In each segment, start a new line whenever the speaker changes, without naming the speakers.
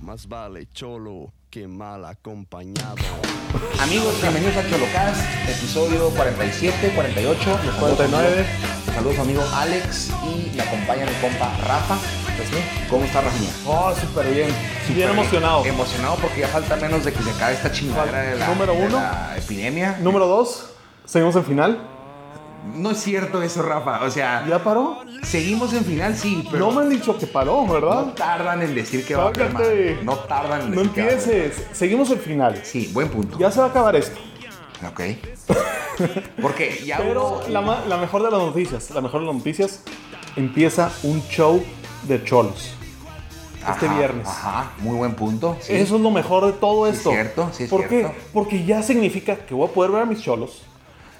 más vale cholo que mal acompañado.
Amigos, bienvenidos a Cholocast, episodio 47, 48, los 49. Saludos, amigo Alex, y me acompaña mi compa Rafa. ¿Cómo está Rafina?
Oh, súper bien.
Súper
Pues
Em,
bien emocionado.
Emocionado porque ya falta menos de que se acabe esta chingadera de la,
Número
de
uno.
la epidemia.
Número dos, seguimos en final.
No es cierto eso, Rafa. O sea,
¿Ya paró?
seguimos en final, sí, pero
No me han dicho que paró,
no
¿verdad?
tardan en decir que va a haber
Sácate.
más. No tardan en
No
decir que va a haber más.
empieces. Seguimos en final.
Sí, buen punto.
Ya se va a acabar esto.
Ok. Porque ya
Pero
hubo-
la, ma- la mejor de las noticias, la mejor de las noticias, empieza un show de cholos. Este
Ajá,
viernes.
Ajá, muy buen punto. sí.
Eso es lo mejor de todo
es
esto.
cierto, sí es
¿Por
cierto.
qué? Porque ya significa que voy a poder ver a mis cholos,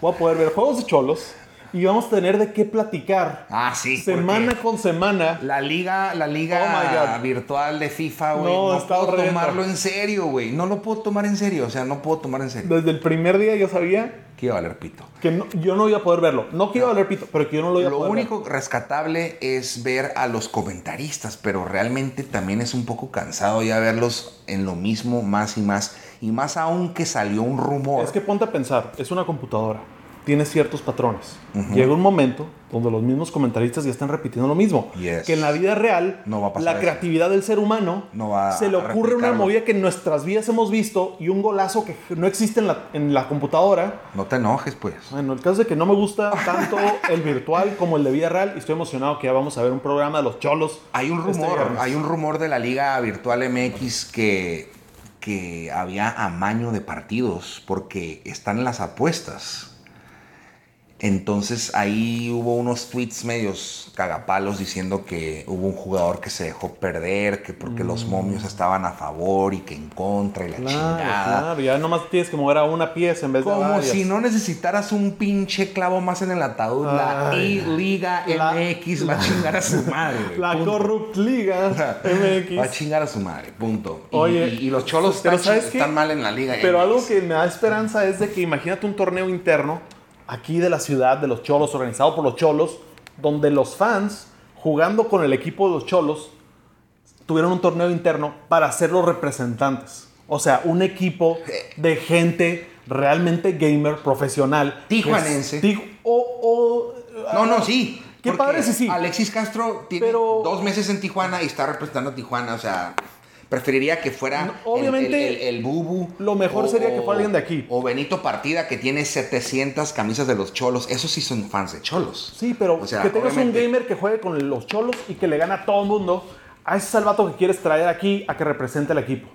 voy a poder ver juegos de cholos y vamos a tener de qué platicar
Ah, sí.
semana
porque
con semana.
La liga, la
Oh
liga
my God.
virtual de FIFA, güey.
No,
No,
está
puedo
horrendo.
tomarlo en serio, güey. No lo puedo tomar en serio. O sea, no puedo tomar en serio.
Desde el primer día yo sabía
Que iba a valer pito.
que no- yo no iba a poder verlo. No que iba a valer pito, pero que yo no lo iba a
Lo
poder ver.
único rescatable es ver a los comentaristas, pero realmente también es un poco cansado ya verlos en lo mismo más y más. Y más aún que salió un rumor.
Es que ponte a pensar, es una computadora, tiene ciertos patrones. Llega un momento donde los mismos comentaristas ya están repitiendo lo mismo.
Yes.
Que en la vida real,
No va a pasar
la
eso.
creatividad del ser humano
No va
se le
a
ocurre una
replicarlo.
movida que en nuestras vidas hemos visto y un golazo que no existe en la, en la computadora.
No te enojes, pues.
Bueno, el caso es que no me gusta tanto el virtual como el de vida real y estoy emocionado que ya vamos a ver un programa de los cholos.
Hay un
este
rumor,
viernes.
hay un rumor de la Liga Virtual MX que, que había amaño de partidos porque están las apuestas. Entonces ahí hubo unos tweets medios cagapalos diciendo que hubo un jugador que se dejó perder, que porque los momios estaban a favor y que en contra y la
Mm. Claro,
chingada.
claro, ya nomás tienes que mover a una pieza en vez de
Como
varias.
si no necesitaras un pinche clavo más en el ataúd. La
Ay.
I-Liga
La-
MX va a chingar a su madre. güey.
La
Punto.
Corrupt Liga
Va a
MX.
chingar a su madre, punto. Y,
Oye,
y- y los cholos
pero
están,
¿sabes
chi-
qué?
están mal en la liga.
Pero
eh.
algo que me da esperanza es de que imagínate un torneo interno aquí de la ciudad de los cholos, organizado por los cholos, donde los fans, jugando con el equipo de los cholos, tuvieron un torneo interno para ser los representantes. O sea, un equipo de gente realmente gamer, profesional. que es-
Tijuanense.
tij- o- o-
No, no, sí.
Qué
porque
padre, sí, sí.
Alexis Castro tiene
Pero-
dos meses en Tijuana y está representando a Tijuana. O sea, preferiría que fuera
No,
el-
obviamente,
el, el- el Bubu.
lo mejor sería que fuera alguien de aquí.
O Benito Partida, que tiene 700 camisas de los cholos. Esos sí son fans de cholos.
Sí, pero
O sea,
que tengas
obviamente.
un gamer que juegue con los cholos y que le gana a todo el mundo, a ese es el vato que quieres traer aquí a que represente al equipo.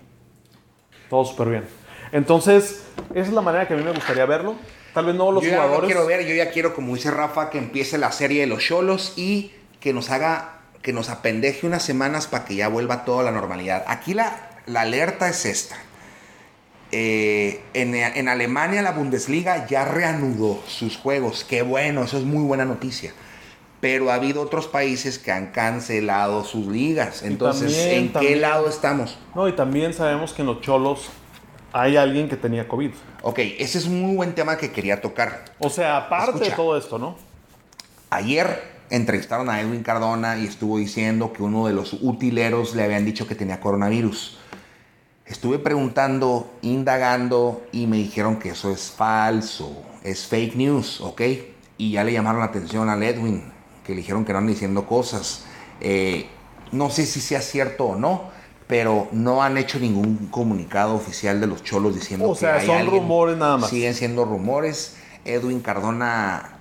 Todo súper bien. Entonces, esa es la manera que a mí me gustaría verlo. Tal vez no los
yo ya
jugadores.
no quiero ver, yo ya quiero, como dice Rafa, que empiece la serie de los cholos y que nos haga, que nos apendeje unas semanas para que ya vuelva toda la normalidad. Aquí la, la alerta es esta. Eh, en, en Alemania la Bundesliga ya reanudó sus juegos. Qué bueno, eso es muy buena noticia. Pero ha habido otros países que han cancelado sus ligas. Entonces,
también-
¿en qué
también-
lado estamos?
No, y también sabemos que en los cholos hay alguien que tenía COVID.
Ok, ese es un muy buen tema que quería tocar.
O sea, aparte de
Escucha.
todo esto, ¿no?
Ayer entrevistaron a Edwin Cardona y estuvo diciendo que uno de los utileros le habían dicho que tenía coronavirus. Estuve preguntando, indagando y me dijeron que eso es falso, es fake news, ¿ok? Y ya le llamaron la atención al Edwin, que le dijeron que eran diciendo cosas. Eh, no sé si sea cierto o no, pero no han hecho ningún comunicado oficial de los cholos diciendo
O
que
sea,
hay
son
alguien.
rumores nada más.
Siguen siendo rumores. Edwin Cardona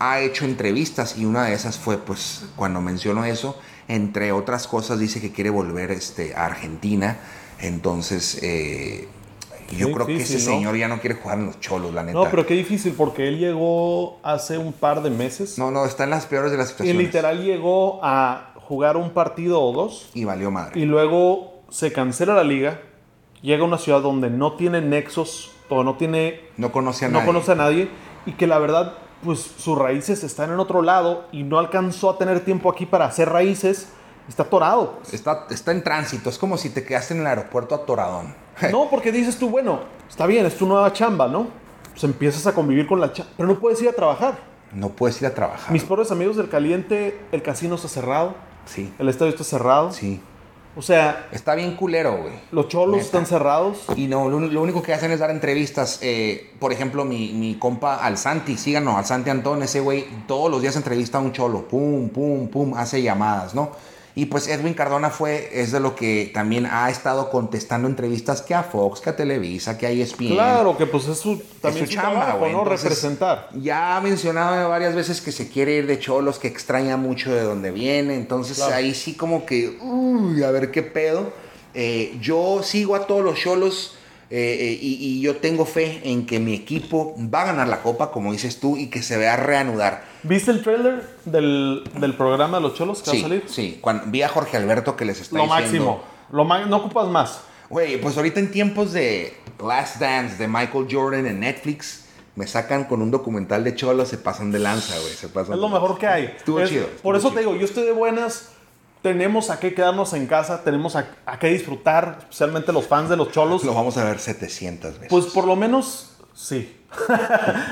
ha hecho entrevistas y una de esas fue pues cuando mencionó eso, entre otras cosas dice que quiere volver este, a Argentina, entonces eh, yo
Qué
creo que ese
difícil, ¿no?
señor ya no quiere jugar en los cholos, la neta.
No, pero qué difícil, porque él llegó hace un par de meses
no, no, está en las peores de las
y
situaciones.
literal llegó a jugar un partido o dos.
Y valió madre.
y luego se cancela la liga, llega a una ciudad donde no tiene nexos o no tiene
no conoce a
no
nadie.
conoce a nadie y que la verdad pues sus raíces están en otro lado y no alcanzó a tener tiempo aquí para hacer raíces, está atorado. pues.
Está, está en tránsito, es como si te quedaste en el aeropuerto atoradón.
No, porque dices tú, bueno, está bien, es tu nueva chamba, ¿no? Pues empiezas a convivir con la chamba, pero no puedes ir a trabajar.
No puedes ir a trabajar.
Mis pobres amigos del caliente, el casino está cerrado,
Sí,
el estadio está cerrado.
sí.
O sea,
Está bien culero, güey.
los cholos
Neta.
están cerrados.
Y no, lo, lo único que hacen es dar entrevistas. eh, por ejemplo, mi, mi compa Alzanti, síganos, Alzanti Antón, ese güey, todos los días entrevista a un cholo, pum, pum, pum, hace llamadas, ¿no? Y pues Edwin Cardona fue, es de lo que también ha estado contestando entrevistas que a Fox, que a Televisa, que a E ESPN.
Claro, que pues es su, también
es
su
su chamba,
trabajo,
güey.
¿no?
Entonces,
Representar.
Ya ha mencionado varias veces que se quiere ir de Cholos, que extraña mucho de donde viene. Entonces
Claro.
ahí sí como que, uy, a ver qué pedo. Eh, yo sigo a todos los Cholos eh, eh, y, y yo tengo fe en que mi equipo va a ganar la copa, como dices tú, y que se vea reanudar.
¿Viste el trailer del, del programa de los cholos que va
Sí,
a salir?
sí. Cuando, vi a Jorge Alberto que les está
Lo
diciendo...
máximo. Lo ma- no ocupas más.
Güey, pues ahorita en tiempos de Last Dance de Michael Jordan en Netflix, me sacan con un documental de Cholo, se pasan de lanza, güey. Se pasan
Es
de
lo
lanza.
mejor que hay.
Estuvo
Es-
chido. estuvo
Por eso
chido.
te digo, yo estoy de buenas. Tenemos a qué quedarnos en casa, tenemos a, a qué disfrutar, especialmente los fans de los cholos.
Lo vamos a ver 700 veces.
Pues por lo menos, sí.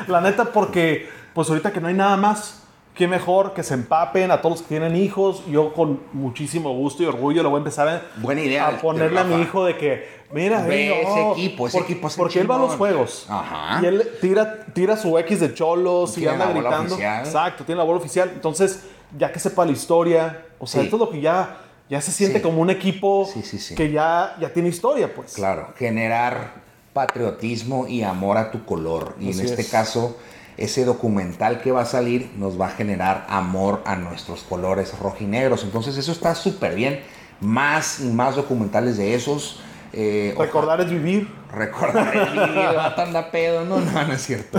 la neta, porque pues ahorita que no hay nada más, qué mejor que se empapen a todos los que tienen hijos. Yo con muchísimo gusto y orgullo lo voy a empezar a,
Buena idea
a
del-
ponerle a
del
mi
Rafa.
hijo de que, mira,
Ve
ven,
ese
oh,
equipo, ese
porque,
equipo es un
Porque él va a los
chingón.
juegos.
Ajá.
Y él tira, tira su X de cholos y
Tiene
anda
la bola
gritando.
oficial.
Exacto, tiene la bola oficial. Entonces, ya que sepa la historia, o sea,
Sí.
esto es lo que ya, ya se siente
Sí.
como un equipo
Sí, sí, sí.
que ya, ya tiene historia, pues.
Claro, generar patriotismo y amor a tu color. Y
Así
en este
es.
caso, ese documental que va a salir nos va a generar amor a nuestros colores rojinegros. Entonces, eso está súper bien. Más y más documentales de esos. Eh, ojalá-
Recordar es vivir.
Recordar el vídeo, el vato anda pedo, no, no, no es cierto.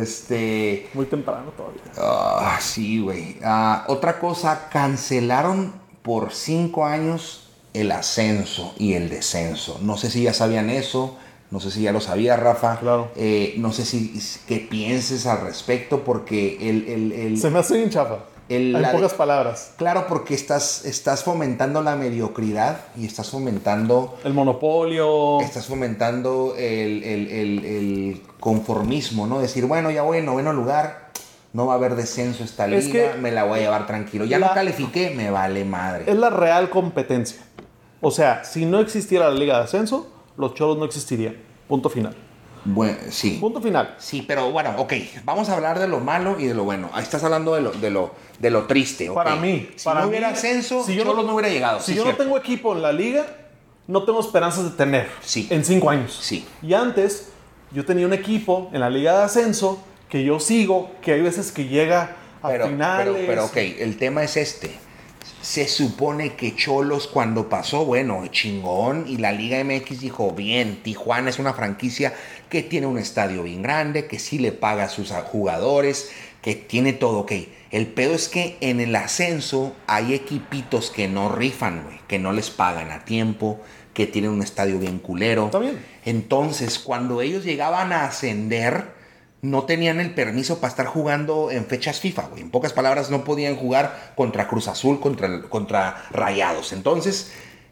Este,
Muy temprano todavía.
ah, sí, güey. Ah, otra cosa, cancelaron por cinco años el ascenso y el descenso. No sé si ya sabían eso, no sé si ya lo sabía Rafa.
Claro.
Eh, no sé si qué pienses al respecto, porque el, el- el-
Se me hace bien chafa.
El-
en
la de-
pocas palabras.
claro, porque estás, estás fomentando la mediocridad y estás fomentando
El monopolio.
estás fomentando el, el- el- el conformismo, ¿no? Decir, bueno, ya voy en noveno lugar, no va a haber descenso esta
Es
liga,
que-
me la voy a llevar tranquilo. Ya
La-
no califiqué, me vale madre.
Es la real competencia. O sea, si no existiera la Liga de Ascenso, los cholos no existirían. Punto final.
Bueno, sí.
Punto final.
Sí, pero bueno, ok, vamos a hablar de lo malo y de lo bueno. Ahí estás hablando de lo, de lo, de lo triste. ok.
Para mí.
si
para
no
mí,
hubiera ascenso,
si
yo
yo
Cholos no, hubiera llegado.
Si
sí,
yo
cierto.
no tengo equipo en la Liga, no tengo esperanzas de tener.
Sí.
En cinco años.
Sí.
Y antes, yo tenía un equipo en la Liga de Ascenso que yo sigo, que hay veces que llega a
pero,
finales.
Pero, pero ok, el tema es este. Se supone que Cholos cuando pasó, bueno, chingón, y la Liga MX dijo, bien, Tijuana es una franquicia que tiene un estadio bien grande, que sí le paga a sus jugadores, que tiene todo, ok. El pedo es que en el ascenso hay equipitos que no rifan, güey, que no les pagan a tiempo, que tienen un estadio bien culero.
Está bien.
Entonces, cuando ellos llegaban a ascender, no tenían el permiso para estar jugando en fechas FIFA, güey. En pocas palabras, no podían jugar contra Cruz Azul, contra, contra Rayados. Entonces,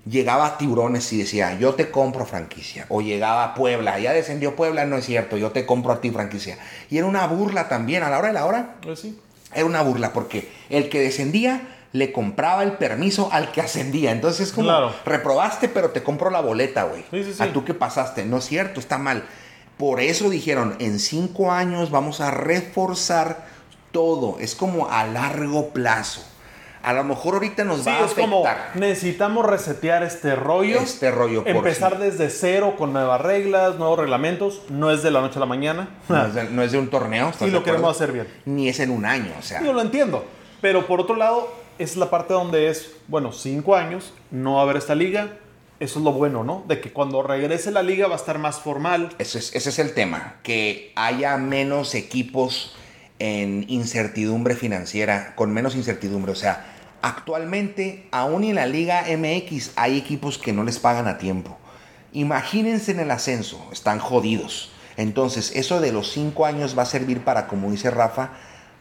llegaba a Tiburones y decía, yo te compro franquicia. O llegaba a Puebla, ya descendió Puebla, no es cierto, yo te compro a ti franquicia. Y era una burla también, a la hora de la hora,
Eh, sí.
era una burla porque el que descendía le compraba el permiso al que ascendía. Entonces es como,
Claro.
reprobaste, pero te compro la boleta, güey.
Sí, sí, sí.
A tú que pasaste. No es cierto, está mal. Por eso dijeron, en cinco años vamos a reforzar todo. Es como a largo plazo. A lo mejor ahorita nos
Sí,
va a
es como
afectar
necesitamos resetear este rollo.
este rollo. por
Empezar
sí.
desde cero con nuevas reglas, nuevos reglamentos. No es de la noche a la mañana.
no, es de, no es de un torneo. ¿estás
y
de
lo queremos
acuerdo?
hacer bien.
Ni es en un año, o sea.
Yo lo entiendo. Pero por otro lado, esa es la parte donde es, bueno, cinco años, no va a haber esta liga. Eso es lo bueno, ¿no? De que cuando regrese la liga va a estar más formal.
Ese es, ese es el tema, que haya menos equipos en incertidumbre financiera, con menos incertidumbre. O sea, actualmente, aún en la Liga MX, hay equipos que no les pagan a tiempo. Imagínense en el ascenso, están jodidos. Entonces, eso de los cinco años va a servir para, como dice Rafa,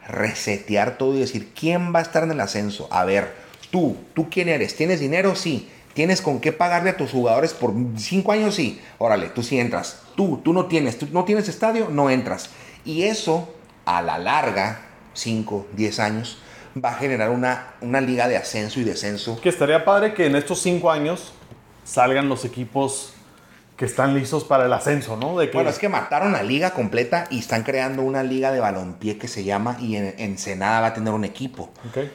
resetear todo y decir, ¿quién va a estar en el ascenso? A ver, tú, ¿tú quién eres? ¿Tienes dinero? Sí. ¿Tienes con qué pagarle a tus jugadores por cinco años? Sí. Órale, tú sí entras. Tú, tú no tienes. Tú no tienes estadio, no entras. Y eso, a la larga, 5, 10 años, va a generar una, una liga de ascenso y descenso.
Que estaría padre que en estos cinco años salgan los equipos que están listos para el ascenso, ¿no? De que,
Bueno, es que mataron la liga completa y están creando una liga de balompié que se llama y en Ensenada va a tener un equipo.
Ok.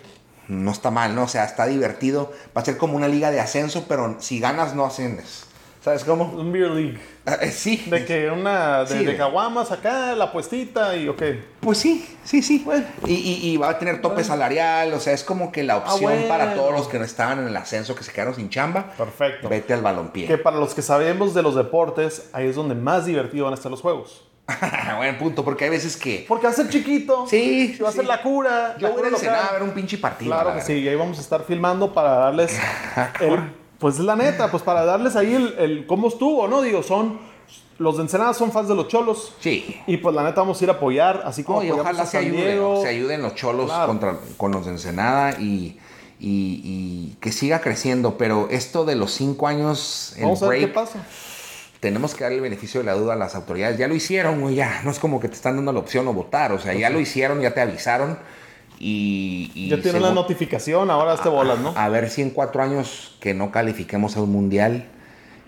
No está mal, ¿no? O sea, está divertido. Va a ser como una liga de ascenso, pero si ganas no asciendes. ¿Sabes cómo?
Un beer league.
Eh, Sí.
De que una de,
Sí,
de
de-
caguamas acá, la puestita y ok.
Pues sí, sí, sí. y, y- y va a tener tope salarial, o sea, es como que la opción
Ah, bueno.
para todos los que no estaban en el ascenso, que se quedaron sin chamba.
Perfecto.
Vete al balompié.
Que para los que sabemos de los deportes, ahí es donde más divertido van a estar los juegos.
Ah, Buen punto, porque hay veces que...
Porque va a ser chiquito.
Sí,
Va a
sí.
ser la cura.
Yo voy
la
a
cura local.
Ensenada a ver un pinche partido.
Claro
la
que
verdad.
sí, y ahí vamos a estar filmando para darles el- pues es la neta, pues para darles ahí el, el cómo estuvo, ¿no? Digo, son los de Ensenada son fans de los Cholos.
Sí.
Y pues la neta vamos a ir a apoyar, así como
No, y
apoyamos
ojalá
a
se
San
ayuden,
Diego.
se ayuden los cholos
Claro.
contra, con los de Ensenada y, y- y que siga creciendo. Pero esto de los cinco años, el
Vamos a ver qué
break,
pasa.
tenemos que darle el beneficio de la duda a las autoridades. Ya lo hicieron, güey, ya. No es como que te están dando la opción o votar. O sea, ya lo hicieron, ya te avisaron. Y, y Ah,
Ya tienen la
segu-
notificación, ahora este bolas, ¿no?
A ver si en cuatro años que no califiquemos a un mundial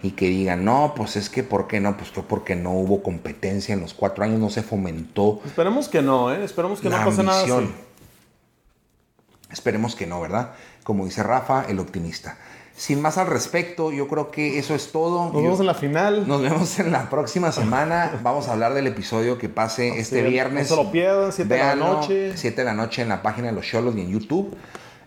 y que digan, no, pues es que, ¿por qué no? Pues fue porque no hubo competencia en los cuatro años, no se fomentó
Esperemos que no, ¿eh? Esperemos que
la
no pase nada
ambición.
así.
Esperemos que no, ¿verdad? Como dice Rafa, el optimista. Sin más al respecto, yo creo que eso es todo.
Nos vemos
Yo-
en la final.
nos vemos en la próxima semana. Vamos a hablar del episodio que pase este
no
viernes.
se lo pierdan, siete de la
Véanlo,
noche.
siete de la noche en la página de los Cholos y en YouTube.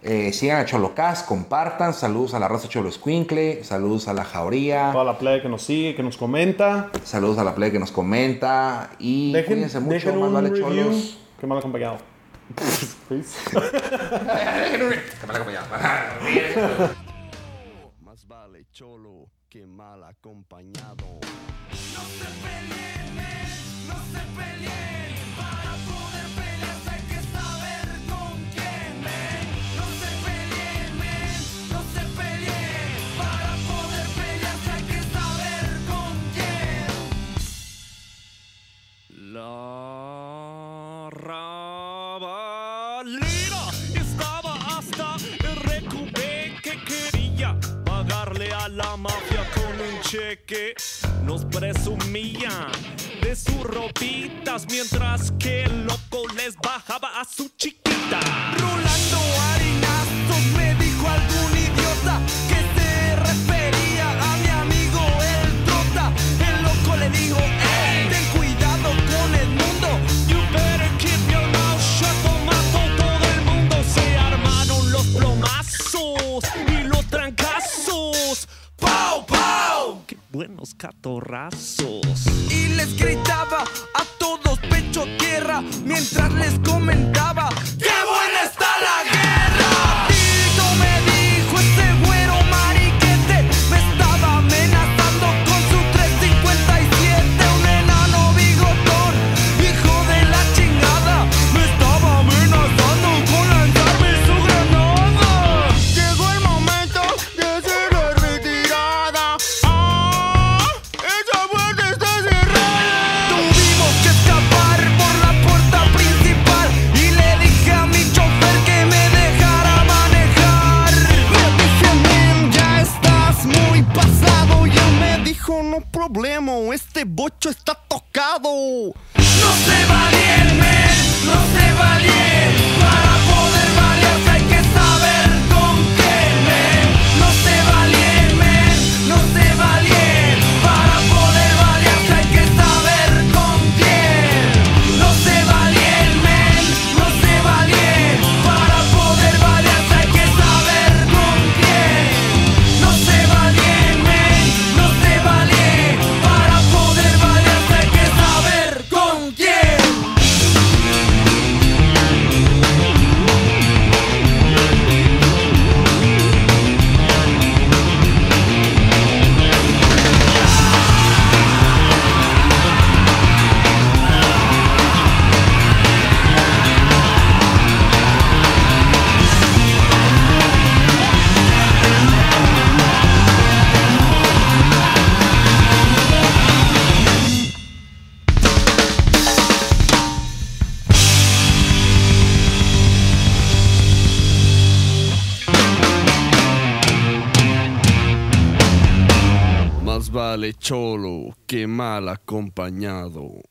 Eh, sigan a Cholocast, compartan. Saludos a la raza Cholo Escuincle, saludos a la Jauría,
Toda la playa que nos sigue, que nos comenta.
saludos a la play que nos comenta. Y
Dejen,
cuídense mucho,
dejen
más
un
vale
review.
Cholos.
Qué mal acompañado.
Más vale cholo que mal acompañado.
No se peleen, eh, no se peleen, para poder pelearse hay que saber con quién. eh. No se peleen, eh, no se peleen, para poder pelearse hay que saber con quién. La Rabalina estaba hasta el recubé que quería pagarle a la mafia con un cheque. Nos presumía de sus ropitas mientras que el loco les bajaba a su chiquita. Rulando harinazos me dijo algún idiota que se refería a mi amigo el trota. El loco le dijo, "Ey, ten cuidado con el mundo. You better keep your mouth shut, tomato. Todo el mundo se armaron los plomazos y los trancazos. ¡Pau, pau! ¡Qué buenos catorrazos! Y les gritaba a todos pecho tierra mientras les comentaba ¡Qué buena está la guerra! Tito me dijo ese güero mariquete me estaba amenazando con su 357 un enano bigotón hijo de la chingada me estaba amenazando con lanzarme su granada llegó el momento de hacer la retirada ¡Ah! ¡Esa puerta está cerrada! Tuvimos que escapar por la puerta principal y le dije a mi este
vale cholo que mal acompañado.